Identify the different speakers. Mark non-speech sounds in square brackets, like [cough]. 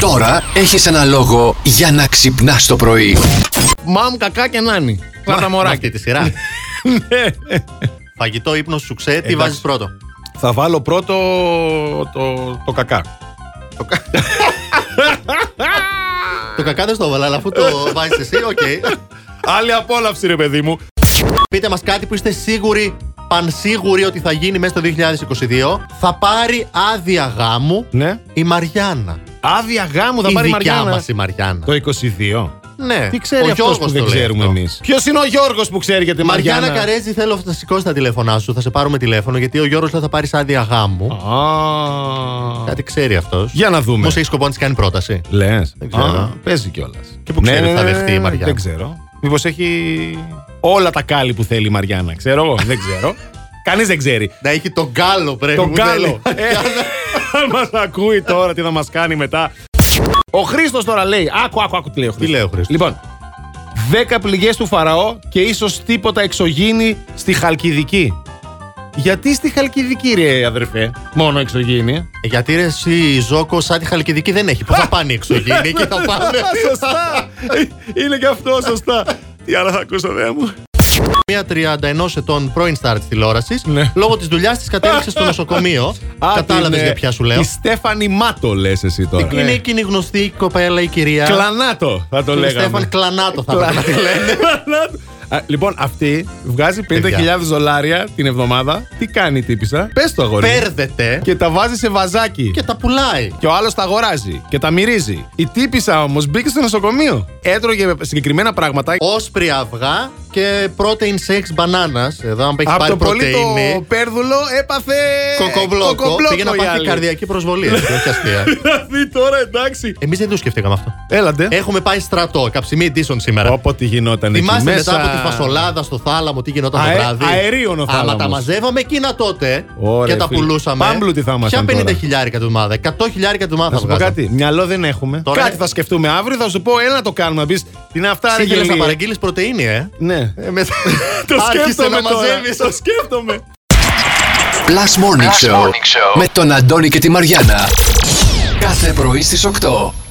Speaker 1: Τώρα έχεις ένα λόγο για να ξυπνάς το πρωί.
Speaker 2: Μαμ, κακά και νάνι. Πάρ' τα
Speaker 3: Με
Speaker 2: μωράκια.
Speaker 3: Αυτή τη σειρά.
Speaker 2: [laughs]
Speaker 3: Φαγητό, ύπνος, σουξέ, τι
Speaker 2: Ναι. Εντάξει.
Speaker 3: βάζεις πρώτο.
Speaker 2: Θα βάλω πρώτο το, το κακά.
Speaker 3: Το κακά δεν στο έβαλα, αλλά αφού
Speaker 2: [laughs]
Speaker 3: το βάζεις εσύ, οκ.
Speaker 2: Άλλη απόλαυση, ρε παιδί μου.
Speaker 3: Πείτε μας κάτι που είστε σίγουροι, πανσίγουροι ότι θα γίνει μέσα στο 2022. Θα πάρει άδεια γάμου
Speaker 2: Ναι.
Speaker 3: η Μαριάννα.
Speaker 2: Άδεια γάμου θα
Speaker 3: η
Speaker 2: πάρει η
Speaker 3: δικιά
Speaker 2: Μαριάννα.
Speaker 3: μας η Μαριάννα.
Speaker 2: Το 22.
Speaker 3: Ναι,
Speaker 2: Τι ξέρει αυτό που
Speaker 3: Γιώργος
Speaker 2: δεν
Speaker 3: το λέει
Speaker 2: ξέρουμε
Speaker 3: αυτό.
Speaker 2: εμείς. Ποιος είναι ο Γιώργος που ξέρει για τη
Speaker 3: Μαριάννα,
Speaker 2: Μαριάννα.
Speaker 3: Καρέζη, θέλω να σηκώσει τα τηλέφωνά σου. Θα σε πάρουμε τηλέφωνο γιατί ο Γιώργος λέει θα πάρεις άδεια γάμου.
Speaker 2: Α,
Speaker 3: Κάτι ξέρει αυτός.
Speaker 2: Για να δούμε.
Speaker 3: Πώς έχει σκοπό να της κάνει πρόταση.
Speaker 2: Λες.
Speaker 3: ξέρω.
Speaker 2: Παίζει Ναι, κιόλας.
Speaker 3: Και που ξέρει, θα δεχτεί η Μαριάννα.
Speaker 2: Δεν ξέρω. Μήπως έχει όλα τα κάλλη που θέλει η Μαριάννα. Ξέρω εγώ. δεν
Speaker 3: [laughs]
Speaker 2: ξέρω. Κανείς δεν ξέρει.
Speaker 3: Να έχει τον γκάλο πρέπει.
Speaker 2: Τον
Speaker 3: μου
Speaker 2: κάλο.
Speaker 3: θέλει.
Speaker 2: Ε, Αν μας ακούει τώρα, τι θα μας κάνει μετά. Ο Χρήστος τώρα λέει. Άκου, άκου, άκου τι λέει ο Χρήστος.
Speaker 3: λέει ο Χρήστος?
Speaker 2: Λοιπόν, 10 πληγές του Φαραώ και ίσως τίποτα εξωγήινη στη Χαλκιδική. Γιατί στη Χαλκιδική, ρε αδερφέ, μόνο εξωγήινη.
Speaker 3: Γιατί ρε, εσύ η Ζόκο σαν τη Χαλκιδική δεν έχει. Πού θα πάνε
Speaker 2: [laughs] Ναι,
Speaker 3: οι εξωγήινοι και θα πάνε.
Speaker 2: σωστά. Είναι και αυτό, σωστά. Τι άλλα θα ακούσω, δε μου.
Speaker 3: [laughs] Μία 31 ετών πρώην στάρ της τηλεόρασης.
Speaker 2: Ναι.
Speaker 3: Λόγω της δουλειάς της κατέληξε
Speaker 2: [laughs]
Speaker 3: στο νοσοκομείο. Κατάλαβε για ποια σου λέω.
Speaker 2: Η ε, Στέφανη Μάτο, λες εσύ τώρα. Ε,
Speaker 3: Είναι εκείνη η γνωστή κοπέλα, η κυρία.
Speaker 2: Κλανάτο, θα το
Speaker 3: Την
Speaker 2: λέγαμε.
Speaker 3: Στέφαν Κλανάτο θα
Speaker 2: Κλα-
Speaker 3: πρέπει να
Speaker 2: [laughs]
Speaker 3: τη λένε.
Speaker 2: Α, λοιπόν, αυτή βγάζει 50.000
Speaker 3: Παιδιά.
Speaker 2: δολάρια την εβδομάδα. Τι κάνει η τύπησα. Πες το αγόρι. μου.
Speaker 3: Παίρδεται
Speaker 2: Και τα βάζει σε βαζάκι.
Speaker 3: και τα πουλάει.
Speaker 2: Και ο άλλος τα αγοράζει και τα μυρίζει. Η τύπησα όμως μπήκε στο νοσοκομείο. Έτρωγε συγκεκριμένα πράγματα.
Speaker 3: Όσπρια αυγά και protein shakes μπανάνας. Εδώ, αν έχει
Speaker 2: Από
Speaker 3: πάρει
Speaker 2: το πολύ το
Speaker 3: πρωτεΐνη. Ε,
Speaker 2: πέρδουλο έπαθε.
Speaker 3: Κοκομπλόκο. Πήγε να
Speaker 2: η
Speaker 3: πάθει
Speaker 2: άλλη. [laughs]
Speaker 3: καρδιακή προσβολή. έτσι, Όχι αστεία.
Speaker 2: Δηλαδή τώρα εντάξει.
Speaker 3: Εμείς δεν το σκεφτήκαμε αυτό.
Speaker 2: Έλαντε.
Speaker 3: Έχουμε πάει στρατό, καψιμί ντίσον σήμερα.
Speaker 2: Όπω τι γινόταν εκεί
Speaker 3: Θυμάστε
Speaker 2: μέσα.
Speaker 3: μετά από τη φασολάδα στο θάλαμο τι γινόταν
Speaker 2: Αε-
Speaker 3: το βράδυ.
Speaker 2: αερίων ο θάλαμος.
Speaker 3: Άμα τα μαζεύαμε εκείνα τότε
Speaker 2: Ω, ρε
Speaker 3: και τα
Speaker 2: φίλε.
Speaker 3: πουλούσαμε.
Speaker 2: Πάμπλουτοι θα ήμασταν
Speaker 3: Ποια
Speaker 2: τώρα.
Speaker 3: 50 χιλιάρικα του ομάδα, 100 χιλιάρικα του ομάδα
Speaker 2: Να
Speaker 3: θα
Speaker 2: σου πω
Speaker 3: βγάζαμε.
Speaker 2: κάτι. Μυαλό δεν έχουμε.
Speaker 3: Τώρα-
Speaker 2: Κάτι θα σκεφτούμε αύριο, θα σου πω, έλα να το κάνουμε. Να πεις την είναι αυτά, ρε
Speaker 3: Εσύ θέλεις να
Speaker 2: γελίε».
Speaker 3: παραγγείλει πρωτενη, ε.
Speaker 2: Ναι.
Speaker 3: Ε, μετά-
Speaker 2: [laughs] Το
Speaker 3: Άρχισε
Speaker 2: σκέφτομαι
Speaker 3: να
Speaker 2: τώρα.
Speaker 3: μαζεύεις.
Speaker 2: Το σκέφτομαι.
Speaker 1: Plus Morning, Show, με τον Αντώνη και τη Μαριάνα. Κάθε πρωί στις 8.